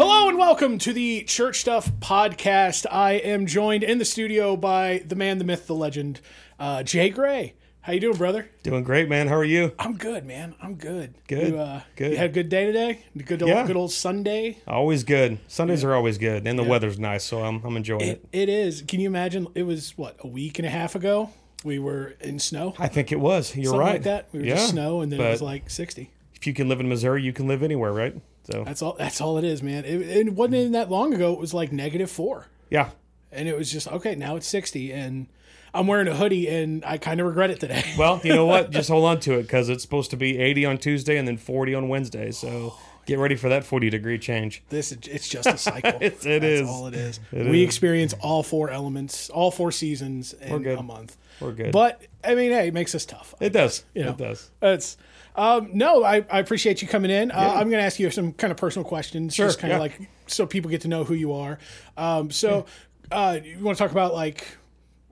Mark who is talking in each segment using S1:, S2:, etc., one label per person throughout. S1: Welcome to the Church Stuff Podcast. I am joined in the studio by the man, the myth, the legend, uh, Jay Gray. How you doing, brother?
S2: Doing great, man. How are you?
S1: I'm good, man. I'm good.
S2: Good.
S1: You, uh,
S2: Good.
S1: You had a good day today. Good old,
S2: Yeah.
S1: good old Sunday.
S2: Always good. Sundays are always good, and the weather's nice, so I'm, I'm enjoying it.
S1: It, it is. Can you imagine? It was what a week and a half ago. We were in snow,
S2: I think it was. You're
S1: something
S2: right.
S1: like that. We were
S2: yeah.
S1: just snow, and then it was
S2: but-
S1: like 60.
S2: If you can live in Missouri, you can live anywhere, right? So
S1: That's all. That's all it is, man. It, it wasn't even that long ago. It was like negative four.
S2: yeah,
S1: and it was just okay now it's 60 and i'm wearing a hoodie and i kind of regret it today
S2: Well, you know what? Just hold on to it because it's supposed to be 80 on Tuesday and then 40 on Wednesday.
S1: Oh,
S2: So get ready for that 40 degree change.
S1: this is- it's just a cycle
S2: It's, it
S1: that's
S2: is.
S1: all it is we experience all four elements all four seasons in
S2: good.
S1: a month
S2: We're good.
S1: but i mean hey it makes us tough
S2: it does.
S1: know.
S2: It does.
S1: it's um, no I, I appreciate you coming in uh, i'm going to ask you some kind of personal questions just kind
S2: yeah.
S1: of like so people get to know who you are um, so uh, you want to talk about like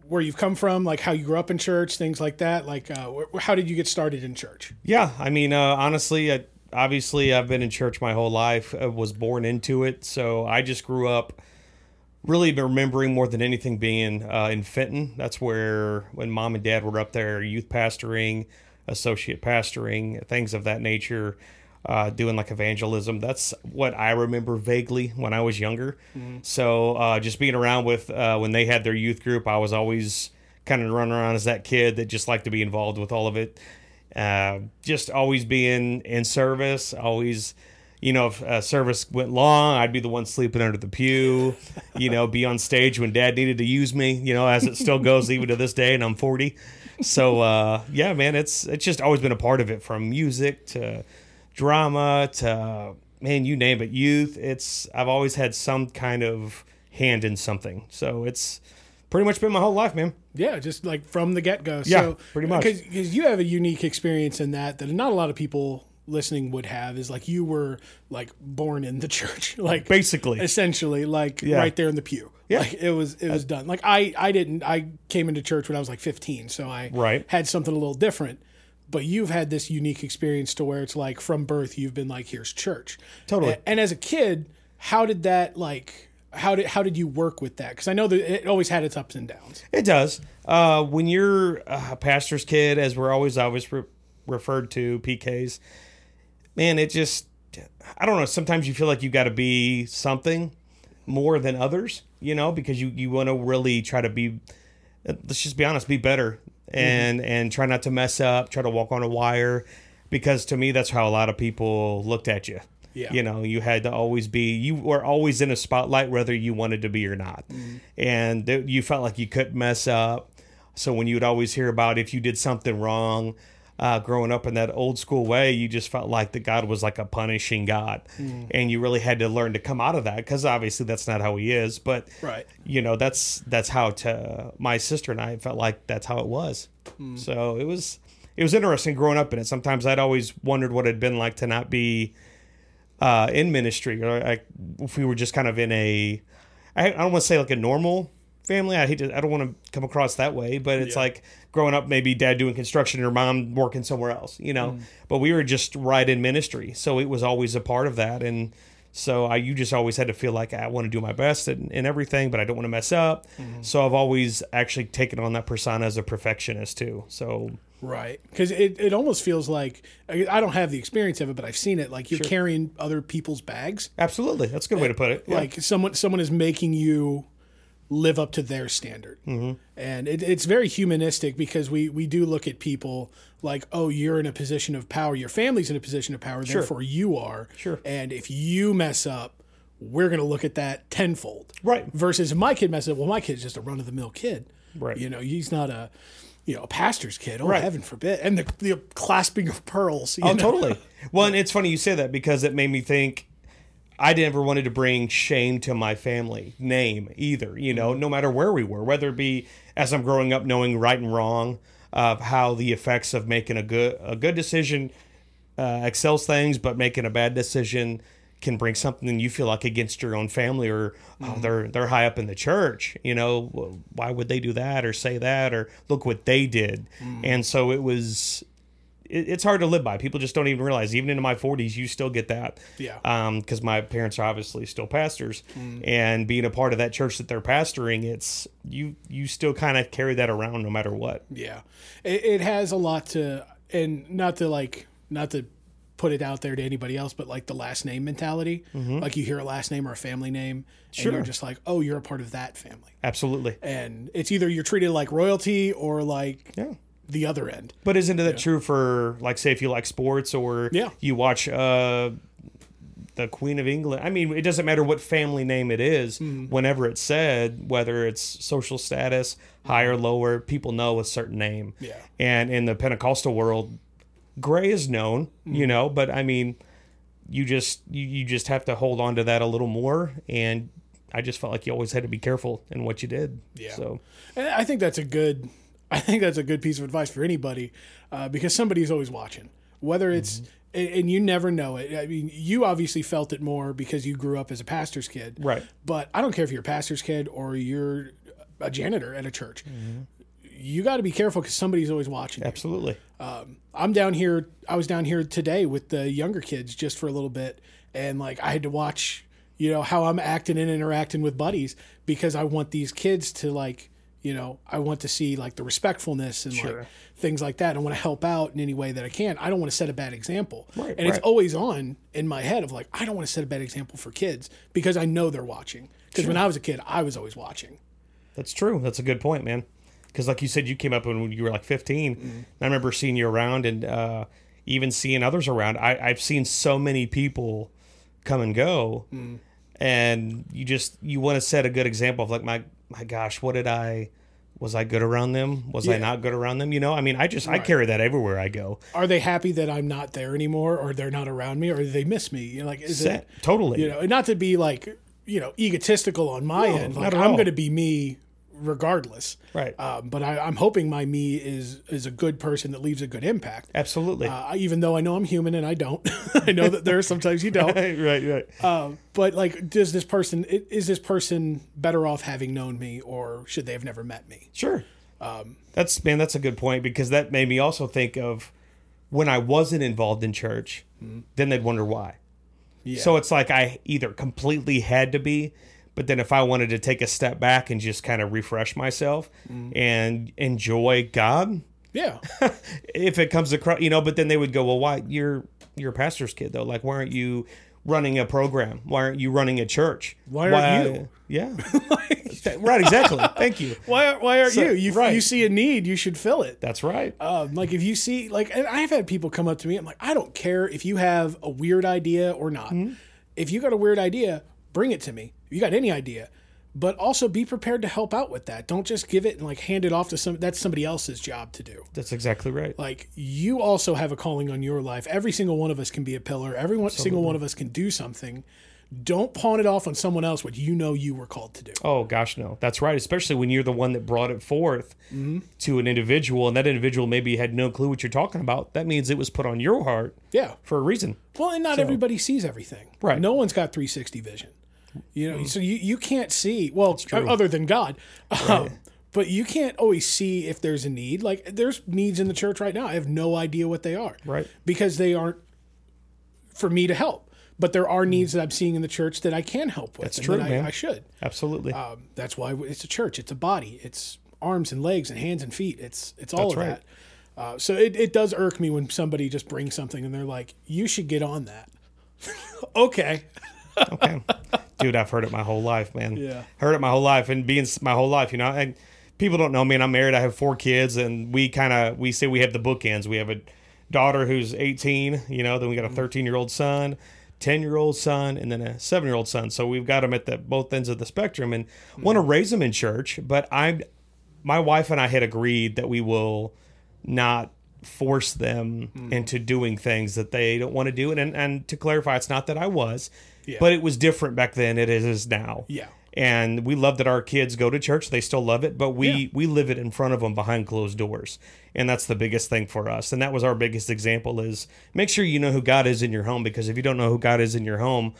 S1: where you've come from like how you grew up in church things like that like uh, wh- how did you get started in church
S2: Yeah, I mean, uh, honestly, I, obviously, I've been in church my whole life. I was born into it, so I just grew up really remembering more than anything being uh, in Fenton. That's where when mom and dad were up there, youth pastoring, associate pastoring, things of that nature, uh, doing like evangelism. That's what I remember vaguely when I was younger. So uh, just being around with uh, when they had their youth group, I was always kind of running around as that kid that just liked to be involved with all of it. Uh, just always being in service, always you know, if uh, service went long, I'd be the one sleeping under the pew, you know, be on stage when dad needed to use me, you know, as it still goes even to this day, and I'm 40. So, uh, yeah, man, it's it's just always been a part of it from music to drama to, man, you name it, youth. It's, I've always had some kind of hand in something. So it's pretty much been my whole life, man.
S1: Yeah, just like from the get go.
S2: Yeah,
S1: so,
S2: pretty much.
S1: Because you have a unique experience in that that not a lot of people listening would have is like you were like born in the church, like
S2: Basically.
S1: essentially, like right there in the pew. Yeah, like, it was it was done. Like I I didn't I came into church when I was like 15, so I
S2: Right.
S1: had something a little different. But you've had this unique experience to where it's like from birth you've been like here's church.
S2: Totally.
S1: A- and as a kid, how did that like how did how did you work with that? Because I know that it always had its ups and downs.
S2: It does. Uh, when you're a pastor's kid, as we're always always re- referred to, PKs, man, it just I don't know. Sometimes you feel like you got to be something more than others, you know, because you you want to really try to be. Let's just be honest, be better,
S1: Mm-hmm.
S2: and and try not to mess up. Try to walk on a wire, because to me that's how a lot of people looked at you.
S1: Yeah.
S2: You know, you had to always be, you were always in a spotlight, whether you wanted to be or not.
S1: Mm-hmm.
S2: And th- you felt like you couldn't mess up. So when you would always hear about if you did something wrong, uh, growing up in that old school way, you just felt like that God was like a punishing God.
S1: Mm.
S2: And you really had to learn to come out of that because obviously that's not how he is. But,
S1: Right.
S2: you know, that's, that's how to my sister and I felt like that's how it was. So it was, it was interesting growing up in it. Sometimes I'd always wondered what it'd been like to not be, uh, in ministry, or like if we were just kind of in a, I, I don't want to say like a normal family. I hate to, I don't want to come across that way, but it's
S1: Yeah.
S2: like growing up, maybe dad doing construction or mom working somewhere else, you
S1: Mm.
S2: know. But we were just right in ministry, so it was always a part of that, and so I, you just always had to feel like I want to do my best and, and everything, but I don't want to mess up.
S1: Mm-hmm.
S2: So I've always actually taken on that persona as a perfectionist too. So
S1: Right. Because it, it almost feels like I I don't have the experience of it, but I've seen it. Like you're carrying other people's bags.
S2: absolutely, that's a good way to put it. Yeah.
S1: Like someone someone is making you live up to their standard.
S2: Mm-hmm.
S1: And it, it's very humanistic because we, we do look at people like, oh, you're in a position of power. Your family's in a position of power. Therefore, you are.
S2: Sure.
S1: And if you mess up, we're going to look at that tenfold.
S2: Right.
S1: Versus if my kid messes up. Well, my kid's just a run of the mill kid.
S2: Right.
S1: You know, he's not a. You know, a pastor's kid. Oh,
S2: Right.
S1: heaven forbid! And the, the clasping of pearls. you
S2: Oh,
S1: know?
S2: totally. Well, and it's funny you say that because it made me think I never wanted to bring shame to my family name either, you know, no matter where we were, whether it be as I'm growing up knowing right and wrong of how the effects of making a good a good decision uh, excels things, but making a bad decision can bring something you feel like against your own family or oh, they're they're high up in the church. You know, Well, why would they do that or say that or look what they did? And so it was it, it's hard to live by. People just don't even realize. Even into my 40s, you still get that.
S1: Yeah.
S2: Because my parents are obviously still pastors, and being a part of that church that they're pastoring, it's you you still kind of carry that around no matter what.
S1: Yeah, it, it has a lot to, and not to like, not to put it out there to anybody else, but like the last name mentality. Like you hear a last name or a family name, and
S2: Mm-hmm. Sure.
S1: you're just like, oh, you're a part of that family.
S2: Absolutely.
S1: And it's either you're treated like royalty or like
S2: Yeah.
S1: the other end.
S2: But isn't that true for like say if you like sports or
S1: Yeah.
S2: you watch uh the Queen of England. I mean, it doesn't matter what family name it is.
S1: Mm-hmm.
S2: Whenever it's said, whether it's social status, higher, lower, people know a certain name.
S1: Yeah.
S2: And in the Pentecostal world, gray is known,
S1: Mm-hmm.
S2: you know. But I mean, you just you, you just have to hold on to that a little more. And I just felt like you always had to be careful in what you did.
S1: Yeah.
S2: So
S1: And I think that's a good, I think that's a good piece of advice for anybody, uh, because somebody's always watching. Whether it's and and you never know it. I mean, you obviously felt it more because you grew up as a pastor's kid,
S2: Right.
S1: But I don't care if you're a pastor's kid or you're a janitor at a church. You got to be careful because somebody's always watching. you.
S2: absolutely.
S1: I'm down here. I was down here today with the younger kids just for a little bit, and like I had to watch, you know, how I'm acting and interacting with buddies because I want these kids to like, you know, I want to see like the respectfulness and like
S2: Sure.
S1: things like that. I want to help out in any way that I can. I don't want to set a bad example,
S2: Right,
S1: and it's
S2: right.
S1: always on in my head of like I don't want to set a bad example for kids because I know they're watching. Because when I was a kid, I was always watching.
S2: That's true. That's a good point, man. Because like you said, you came up when you were like 15.
S1: Mm-hmm.
S2: And I remember seeing you around and uh, even seeing others around. I, I've seen so many people come and go,
S1: Mm.
S2: and you just you want to set a good example of like my my gosh, what did I? Was I good around them? Was I
S1: Yeah.
S2: not good around them? You know, I mean, I just I carry that everywhere I go.
S1: Are they happy that I'm not there anymore, or they're not around me, or they miss me? You know, like is it?
S2: Set, totally.
S1: you know, and not to be like, you know, egotistical on my end.
S2: not
S1: Like
S2: at
S1: I'm
S2: all.
S1: going to be me regardless.
S2: Right.
S1: Um, but I, I'm hoping my me is is a good person that leaves a good impact.
S2: Absolutely.
S1: Uh, even though I know I'm human and I don't, I know that there are sometimes you don't.
S2: right. Right.
S1: Um, but like, does this person i- is this person better off having known me, or should they have never met me?
S2: Sure. Um, that's man, that's a good point because that made me also think of when I wasn't involved in church, then they'd wonder why.
S1: Mm-hmm. Yeah.
S2: So it's like I either completely had to be, but then if I wanted to take a step back and just kind of refresh myself
S1: Mm-hmm.
S2: and enjoy God,
S1: Yeah,
S2: if it comes across, you know, but then they would go, well, why you're you're a pastor's kid though? Like, why aren't you running a program? Why aren't you running a church?
S1: Why aren't you?
S2: Yeah, right, exactly. Thank you.
S1: why why aren't you? You
S2: right.
S1: you see a need, you should fill it.
S2: That's right.
S1: Um, like if you see like and I've had people come up to me, I'm like, I don't care if you have a weird idea or not. If you got a weird idea, bring it to me. If you got any idea. But also be prepared to help out with that. Don't just give it and like hand it off to some that's somebody else's job to do.
S2: That's exactly right.
S1: Like you also have a calling on your life. Every single one of us can be a pillar. Every one, single one of us can do something. Don't pawn it off on someone else what you know you were called to do.
S2: Oh gosh, no. That's right. Especially when you're the one that brought it forth
S1: Mm-hmm.
S2: to an individual, and that individual maybe had no clue what you're talking about. That means it was put on your heart
S1: Yeah.
S2: for a reason.
S1: Well, and not everybody sees everything.
S2: Right.
S1: No one's got 360 vision. You know, so you, you can't see, well, other than God, um, but you can't always see if there's a need. Like, there's needs in the church right now. I have no idea what they are.
S2: Right.
S1: Because they aren't for me to help. But there are needs that I'm seeing in the church that I can help with. That's
S2: true,
S1: I,
S2: man.
S1: I should.
S2: Absolutely.
S1: Um, that's why it's a church. It's a body. It's arms and legs and hands and feet. It's it's all
S2: That's
S1: of
S2: right.
S1: that. Uh, so it, it does irk me when somebody just brings something and they're like, "You should get on that." okay.
S2: okay. Dude, I've heard it my whole life, man.
S1: Yeah.
S2: Heard it my whole life and being s- my whole life, you know. And people don't know me and I'm married. I have four kids and we kind of we say we have the bookends. We have a daughter who's 18, you know, then we got a 13-year-old son, 10-year-old son, and then a 7-year-old son. So we've got them at the both ends of the spectrum and want to raise them in church, but I'm my wife and I had agreed that we will not force them
S1: Hmm.
S2: into doing things that they don't want to do. And, and and to clarify, it's not that I was, but it was different back then. It is now.
S1: Yeah.
S2: And we love that our kids go to church. They still love it, but we
S1: Yeah.
S2: we live it in front of them behind closed doors, and that's the biggest thing for us. And that was our biggest example: is make sure you know who God is in your home, because if you don't know who God is in your home,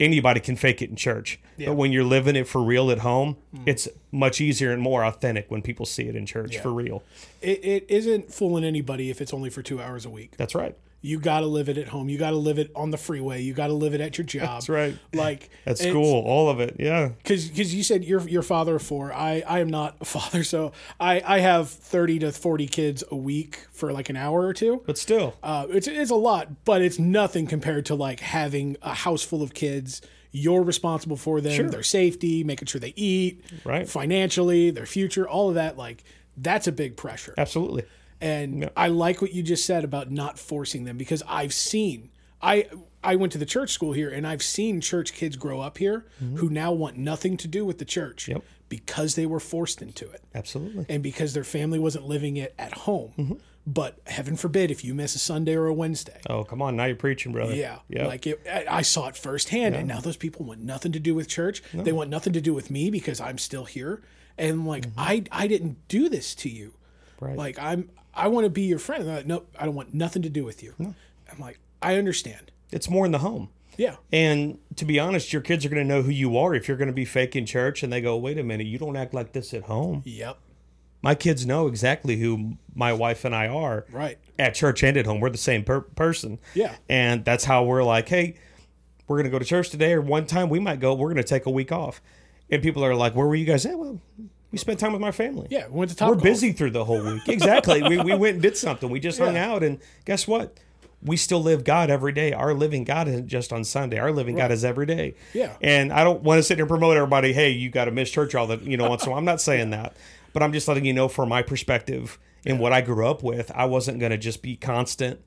S2: anybody can fake it in church. But when you're living it for real at home,
S1: Hmm.
S2: it's much easier and more authentic when people see it in church for real.
S1: It, it isn't fooling anybody if it's only for two hours a week.
S2: That's right.
S1: You got to live it at home. You got to live it on the freeway. You got to live it at your job. That's
S2: right.
S1: Like
S2: At school, all of it. Yeah.
S1: because because you said you're your father of four. I I am not a father, so I I have thirty to forty kids a week for like an hour or two.
S2: But still,
S1: Uh, it's it's a lot, but it's nothing compared to like having a house full of kids. You're responsible for them, their safety, making sure they eat,
S2: Right.
S1: Financially, their future, all of that. Like that's a big pressure.
S2: absolutely.
S1: And I like what you just said about not forcing them because I've seen I I went to the church school here and I've seen church kids grow up here who now want nothing to do with the church
S2: Mm-hmm. Yep.
S1: because they were forced into it
S2: Absolutely.
S1: and because their family wasn't living it at home.
S2: Mm-hmm.
S1: But heaven forbid if you miss a Sunday or a Wednesday.
S2: Oh, come on. Now you're preaching, brother.
S1: Yeah,
S2: Yeah.
S1: like it, I I saw it firsthand, and now those people want nothing to do with church. They want nothing to do with me because I'm still here, and like I I didn't do this to you.
S2: Mm-hmm. Right.
S1: Like I'm I want to be your friend. And they're like, nope, I don't want nothing to do with you. I'm like I understand.
S2: it's more in the home.
S1: Yeah,
S2: And to be honest, your kids are going to know who you are if you're going to be fake in church and they go, wait a minute, you don't act like this at home.
S1: yep,
S2: My kids know exactly who my wife and I are
S1: right,
S2: at church and at home. We're the same per- person.
S1: Yeah.
S2: And that's how we're like, hey, we're going to go to church today, or one time we might go, we're going to take a week off. And people are like, where were you guys at? Well, we spent time with my family.
S1: yeah. We went to top.
S2: We're busy through the whole week. Exactly. we, we went and did something. We just hung out. And guess what? We still live God every day. Our living God isn't just on Sunday. Our living God is every day.
S1: Yeah.
S2: And I don't want to sit here and promote everybody, hey, you got to miss church all the, you know, once in a while. I'm not saying that. But I'm just letting you know from my perspective and what I grew up with, I wasn't going to just be constant.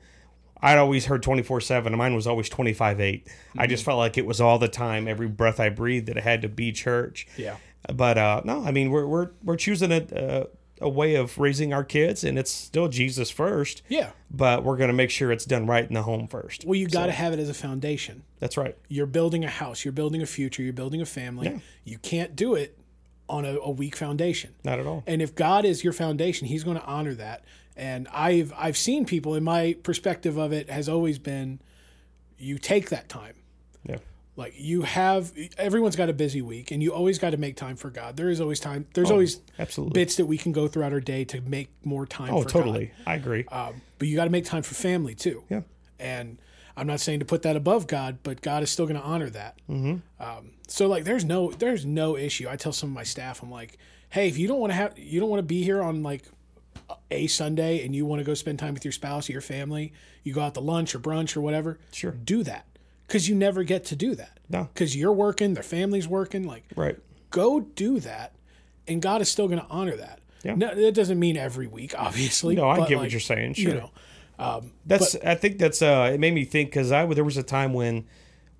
S2: I'd always heard 24 7. Mine was always 25 8. I
S1: Mm-hmm.
S2: just felt like it was all the time, every breath I breathed, that it had to be church.
S1: Yeah.
S2: But uh, no, I mean, we're, we're, we're choosing a, a, a way of raising our kids, and it's still Jesus first.
S1: Yeah.
S2: But we're going to make sure it's done right in the home first.
S1: Well, you got to have it as a foundation.
S2: That's right.
S1: You're building a house. You're building a future. You're building a family. You can't do it on a, a weak foundation.
S2: Not at all.
S1: And if God is your foundation, He's going to honor that. And I've I've seen people, and my perspective of it has always been, you take that time.
S2: Yeah.
S1: Like you have, everyone's got a busy week, and you always got to make time for God. There is always time. There's always
S2: Oh, Absolutely.
S1: bits that we can go throughout our day to make more time.
S2: Oh,
S1: for
S2: totally. I agree.
S1: God. Um, but you got to make time for family too.
S2: yeah.
S1: And I'm not saying to put that above God, but God is still going to honor that. Mm-hmm. Um, so like, there's no there's no issue. I tell some of my staff, I'm like, hey, if you don't want to have you don't want to be here on like a Sunday and you want to go spend time with your spouse or your family, you go out to lunch or brunch or whatever.
S2: Sure.
S1: do that because you never get to do that.
S2: No.
S1: because you're working, their family's working. Like,
S2: Right.
S1: go do that, and God is still going to honor that.
S2: Yeah.
S1: No, that doesn't mean every week, obviously.
S2: No, I
S1: but,
S2: get what
S1: like,
S2: you're saying. Sure.
S1: You know,
S2: That's. I think that's. Uh, it made me think because I there was a time when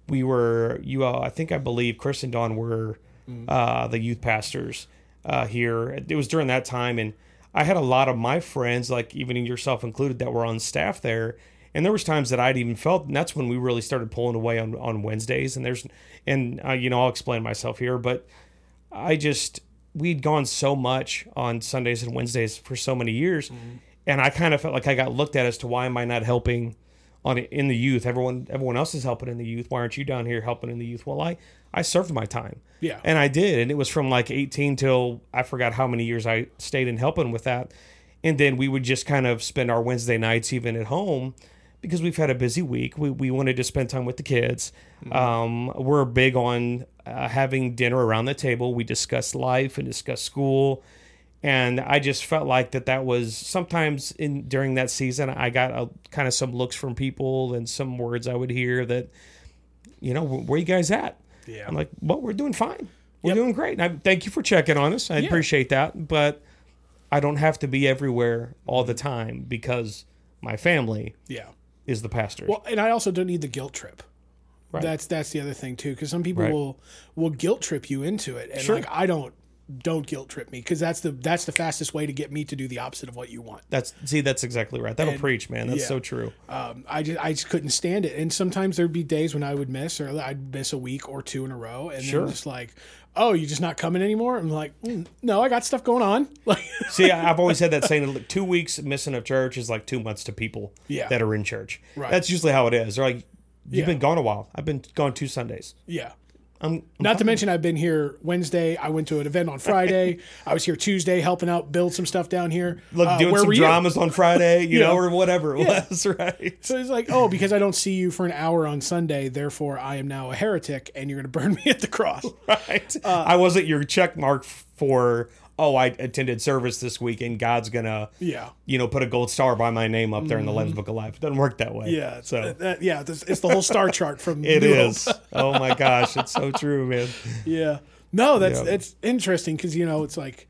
S2: we were you. Uh, I think I believe Chris and Don were uh, the youth pastors uh, here. It was during that time, and I had a lot of my friends, like even yourself included, that were on staff there. And there was times that I'd even felt, and that's when we really started pulling away on on Wednesdays. And there's, and uh, you know, I'll explain myself here, but I just we'd gone so much on Sundays and Wednesdays for so many years, and I kind of felt like I got looked at as to why am I not helping on in the youth? Everyone everyone else is helping in the youth. Why aren't you down here helping in the youth? Well, I I served my time,
S1: Yeah.
S2: and I did, and it was from like 18 till I forgot how many years I stayed in helping with that, and then we would just kind of spend our Wednesday nights even at home. Because we've had a busy week, we, we wanted to spend time with the kids. Um, we're big on uh, having dinner around the table. We discuss life and discuss school, and I just felt like that that was sometimes in during that season I got a, kind of some looks from people and some words I would hear that you know where you guys at
S1: Yeah.
S2: I'm like well we're doing fine we're doing great and I thank you for checking on us I appreciate that but I don't have to be everywhere all the time because my family
S1: yeah.
S2: is the pastor
S1: Well, and I also don't need the guilt trip. That's that's the other thing too, because some people
S2: Right.
S1: will will guilt trip you into it, and like I don't don't guilt trip me because that's the that's the fastest way to get me to do the opposite of what you want.
S2: that's see that's exactly right that'll preach man that's
S1: yeah.
S2: so true
S1: Um, I just I just couldn't stand it, and sometimes there'd be days when I would miss or I'd miss a week or two in a row, and
S2: Sure.
S1: then just like, oh, you're just not coming anymore. I'm like, mm, no, I got stuff going on. Like,
S2: See, I- I've always had that saying: like, two weeks missing of church is like two months to people
S1: Yeah.
S2: that are in church.
S1: Right.
S2: That's usually how it is. They're like, You've
S1: Yeah.
S2: been gone a while. I've been gone two Sundays.
S1: Yeah.
S2: I'm, I'm
S1: Not to mention, I've been here Wednesday. I went to an event on Friday. I was here Tuesday helping out build some stuff down here.
S2: like
S1: Uh,
S2: doing
S1: where
S2: some
S1: were you?
S2: dramas on Friday, you
S1: Yeah.
S2: know, or whatever it was, right?
S1: So it's like, oh, because I don't see you for an hour on Sunday, therefore I am now a heretic, and you're going to burn me at the cross.
S2: Right.
S1: Uh,
S2: I wasn't your check mark for oh, I attended service this week and God's gonna
S1: Yeah. Mm-hmm.
S2: you know, put a gold star by my name up there in the Lamb's Book of Life. It doesn't work that way.
S1: Yeah. it's-
S2: So
S1: that- yeah, this- it's the whole star chart from
S2: it
S1: New Hope.
S2: is. oh my gosh, it's so true, man.
S1: Yeah. No, that's
S2: Yeah.
S1: that's interesting because you know it's like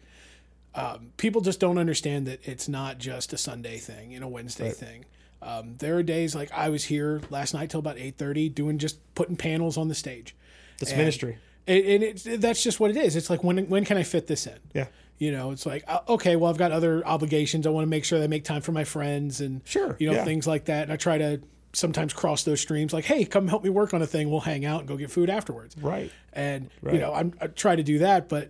S1: um, people just don't understand that it's not just a Sunday thing and a Wednesday thing. Um, there are days like I was here last night till about eight thirty doing just putting panels on the stage,
S2: It's ministry.
S1: and, and it's that's just what it is. It's like when when can I fit this in?
S2: Yeah.
S1: You know, it's like uh, okay, well I've got other obligations. I want to make sure that I make time for my friends and
S2: Sure,
S1: you know
S2: yeah.
S1: things like that. And I try to sometimes cross those streams. Like, hey, come help me work on a thing. We'll hang out and go get food afterwards
S2: Right.
S1: and you
S2: Right.
S1: know I'm, I try to do that, but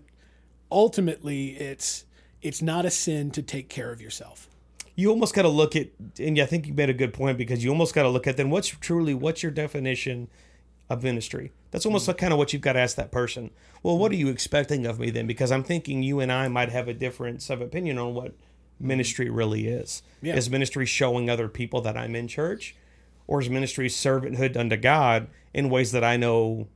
S1: ultimately it's it's not a sin to take care of yourself.
S2: You almost got to look at, and I think you made a good point because you almost got to look at then what's truly what's your definition of ministry. That's almost
S1: Mm.
S2: like kind of what you've got to ask that person. Well, what are you expecting of me then? Because I'm thinking you and I might have a difference of opinion on what ministry really is.
S1: Mm. Yeah.
S2: Is ministry showing other people that I'm in church, or is ministry servanthood unto God in ways that I know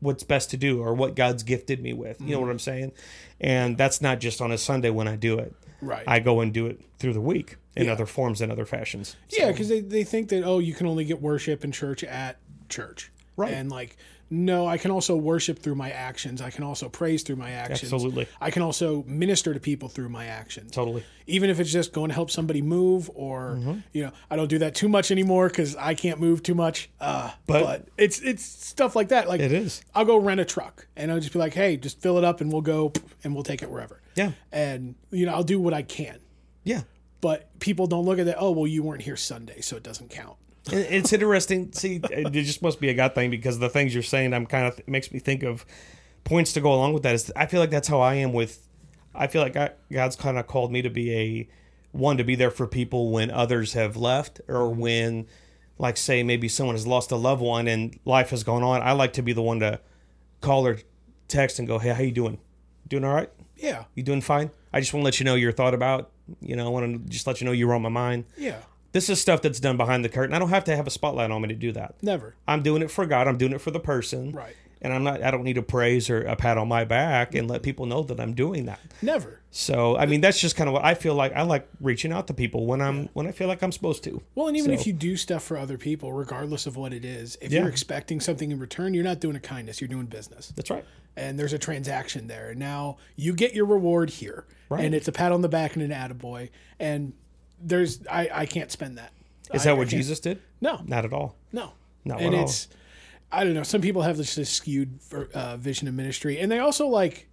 S2: what's best to do or what God's gifted me with?
S1: Mm.
S2: You know what I'm saying? And that's not just on a Sunday when I do it.
S1: Right.
S2: I go and do it through the week in other forms and other fashions.
S1: Yeah, because they, they think that oh you can only get worship in church at church,
S2: Right.
S1: And like no, I can also worship through my actions. I can also praise through my actions.
S2: Absolutely.
S1: I can also minister to people through my actions.
S2: Totally.
S1: even if it's just going to help somebody move or
S2: Mm-hmm.
S1: you know i don't do that too much anymore because i can't move too much uh, but,
S2: But-
S1: it's it's stuff like that like
S2: It is.
S1: i'll go rent a truck and i'll just be like hey just fill it up and we'll go and we'll take it wherever
S2: Yeah.
S1: and you know i'll do what i can
S2: Yeah.
S1: but people don't look at that oh well you weren't here sunday so it doesn't count
S2: And It's interesting. See, it just must be a God thing because the things you're saying, I'm kind of it makes me think of points to go along with that. Is I feel like that's how I am with. I feel like I, God's kind of called me to be a one to be there for people when others have left or when, like, say maybe someone has lost a loved one and life has gone on. I like to be the one to call or text and go, "Hey, how you doing? Doing all right?
S1: yeah
S2: You doing fine? I just want to let you know your thought about. You know, I want to just let you know you were on my mind.
S1: yeah
S2: This is stuff that's done behind the curtain. I don't have to have a spotlight on me to do that.
S1: never
S2: I'm doing it for God. I'm doing it for the person.
S1: Right.
S2: And I'm not. I don't need a praise or a pat on my back and let people know that I'm doing that.
S1: never
S2: So I mean, that's just kind of what I feel like. I like reaching out to people when I'm when I feel like I'm supposed to.
S1: Well, and even
S2: So-
S1: if you do stuff for other people, regardless of what it is, if
S2: Yeah.
S1: you're expecting something in return, you're not doing a kindness, you're doing business.
S2: That's right.
S1: And there's a transaction there. And now you get your reward here.
S2: Right.
S1: And it's a pat on the back and an attaboy. And there's, I, I can't spend that.
S2: Is
S1: I-
S2: that
S1: I
S2: what
S1: can't-
S2: Jesus Oh, did?
S1: No,
S2: Not at all.
S1: no.
S2: Not
S1: and
S2: at all.
S1: it's, I don't know. Some people have this, this skewed uh, vision of ministry. And they also like,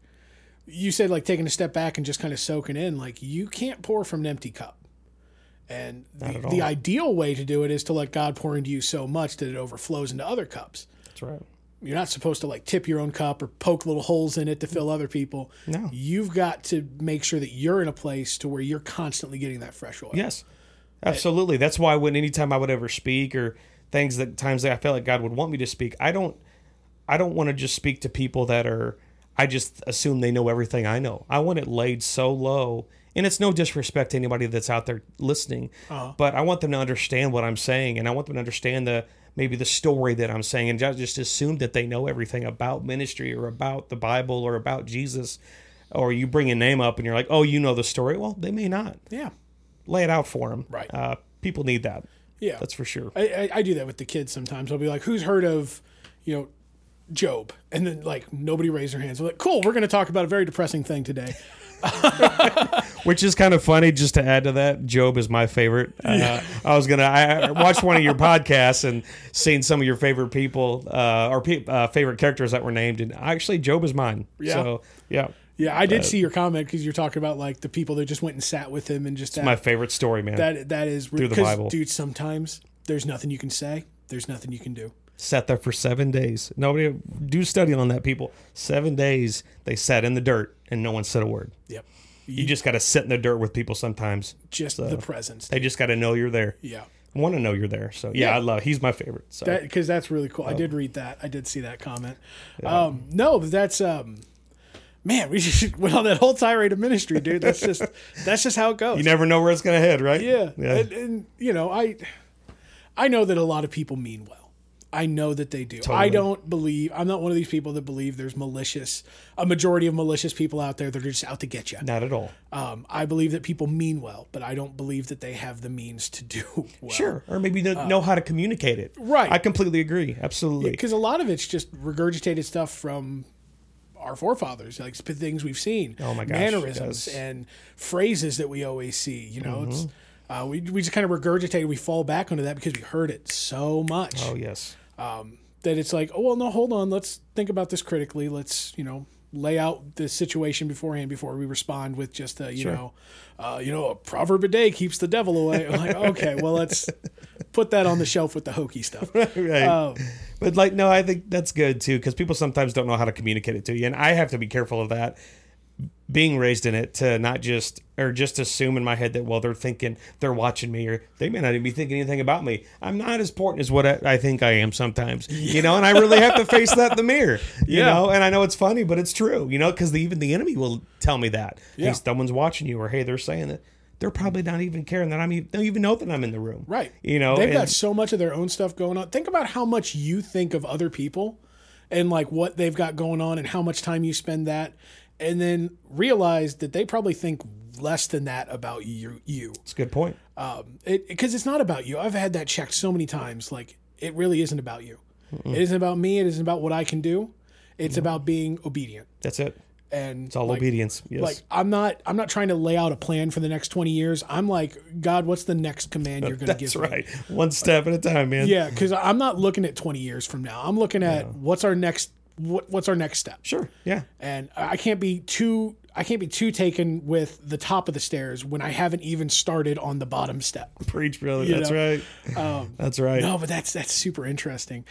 S1: you said like taking a step back and just kind of soaking in, like you can't pour from an empty cup. And the,
S2: at all.
S1: the ideal way to do it is to let God pour into you so much that it overflows into other cups.
S2: That's right.
S1: You're not supposed to like tip your own cup or poke little holes in it to fill other people.
S2: No.
S1: You've got to make sure that you're in a place to where you're constantly getting that fresh oil.
S2: Yes, absolutely. That's why when anytime I would ever speak or things that times that I felt like God would want me to speak, I don't, I don't want to just speak to people that are. I just assume they know everything I know. I want it laid so low, and it's no disrespect to anybody that's out there listening, but I want them to understand what I'm saying, and I want them to understand the maybe the story that I'm saying, and just just assume that they know everything about ministry or about the Bible or about Jesus. Or you bring a name up and you're like, oh, you know the story. Well, they may not
S1: Yeah.
S2: lay it out for them.
S1: Right.
S2: Uh, people need that.
S1: Yeah.
S2: That's for sure.
S1: I, I, I do that with the kids sometimes. I'll be like, "Who's heard of, you know, Job?" And then like nobody raised their hands. I'm like, "Cool, we're going to talk about a very depressing thing today."
S2: Which is kind of funny. Just to add to that, Job is my favorite. Uh, I was gonna. I I watched one of your podcasts and seen some of your favorite people uh, or pe- uh, favorite characters that were named, and actually, Job is mine.
S1: Yeah.
S2: So yeah,
S1: Yeah, I did see your comment because you're talking about like the people that just went and sat with him and just that
S2: my favorite story, man.
S1: that that is
S2: the
S1: 'cause,
S2: Bible.
S1: dude. Sometimes there's nothing you can say. There's nothing you can do.
S2: sat there for seven days. Nobody do study on that. People, seven days they sat in the dirt and no one said a word.
S1: Yep.
S2: You just got to sit in the dirt with people sometimes.
S1: Just the presence.
S2: They just got to know you're there.
S1: Yeah.
S2: I want to know you're there. So yeah,
S1: Yeah.
S2: I love. He's my favorite. So
S1: because that's really cool. I did read that. I did see that comment. Um, no, but that's um, man, we just went on that whole tirade of ministry, dude. That's just that's just how it goes.
S2: you never know where it's gonna head, right?
S1: yeah,
S2: Yeah.
S1: And, and you know, I I know that a lot of people mean well. I know that they do. I don't believe. I'm not one of these people that believe there's malicious. A majority of malicious people out there that are just out to get you.
S2: Not at all.
S1: Um, I believe that people mean well, but I don't believe that they have the means to do well.
S2: Sure. Or maybe know, know how to communicate it.
S1: Uh, right.
S2: I completely agree. Absolutely.
S1: because a lot of it's just regurgitated stuff from our forefathers, like sp- things we've seen,
S2: Oh my gosh,
S1: mannerisms
S2: yes.
S1: and phrases that we always see. You know, it's
S2: Mm-hmm.
S1: uh, we we just kind of regurgitate. We fall back onto that because we heard it so much
S2: oh yes.
S1: that it's like, oh well, no, hold on, let's think about this critically. Let's you know lay out the situation beforehand before we respond with just a you know, uh, you know, a proverb a day keeps the devil away. like, okay, well, let's put that on the shelf with the hokey stuff.
S2: Right.
S1: Um,
S2: but like no, I think that's good too because people sometimes don't know how to communicate it to you, and I have to be careful of that. Being raised in it to not just or just assume in my head that well they're thinking they're watching me or they may not even be thinking anything about me. I'm not as important as what I, I think I am sometimes, you know. And I really have to face that in the mirror, you
S1: Yeah.
S2: know. And I know it's funny, but it's true, you know, because even the enemy will tell me that
S1: Yeah.
S2: hey someone's watching you or hey they're saying that they're probably not even caring that I'm even, they don't even know that I'm in the room,
S1: Right.
S2: You know,
S1: they've
S2: and-
S1: got so much of their own stuff going on. Think about how much you think of other people and like what they've got going on and how much time you spend that and then realize that they probably think less than that about you you.
S2: it's a good point.
S1: Um it cuz it's not about you. I've had that checked so many times like it really isn't about you. It isn't about me, it isn't about what I can do. It's about being obedient
S2: That's it.
S1: and
S2: It's all
S1: like,
S2: obedience. Yes.
S1: like I'm not I'm not trying to lay out a plan for the next 20 years. I'm like, God, what's the next command you're going to give
S2: That's
S1: me?
S2: right. One step at a time, man.
S1: Yeah, because I'm not looking at 20 years from now. I'm looking at what's our next what, what's our next step.
S2: Sure. Yeah.
S1: And I I can't be too I can't be too taken with the top of the stairs when I haven't even started on the bottom step.
S2: Preach, brother. That's
S1: know, Um,
S2: right. That's right.
S1: No, but that's that's super interesting.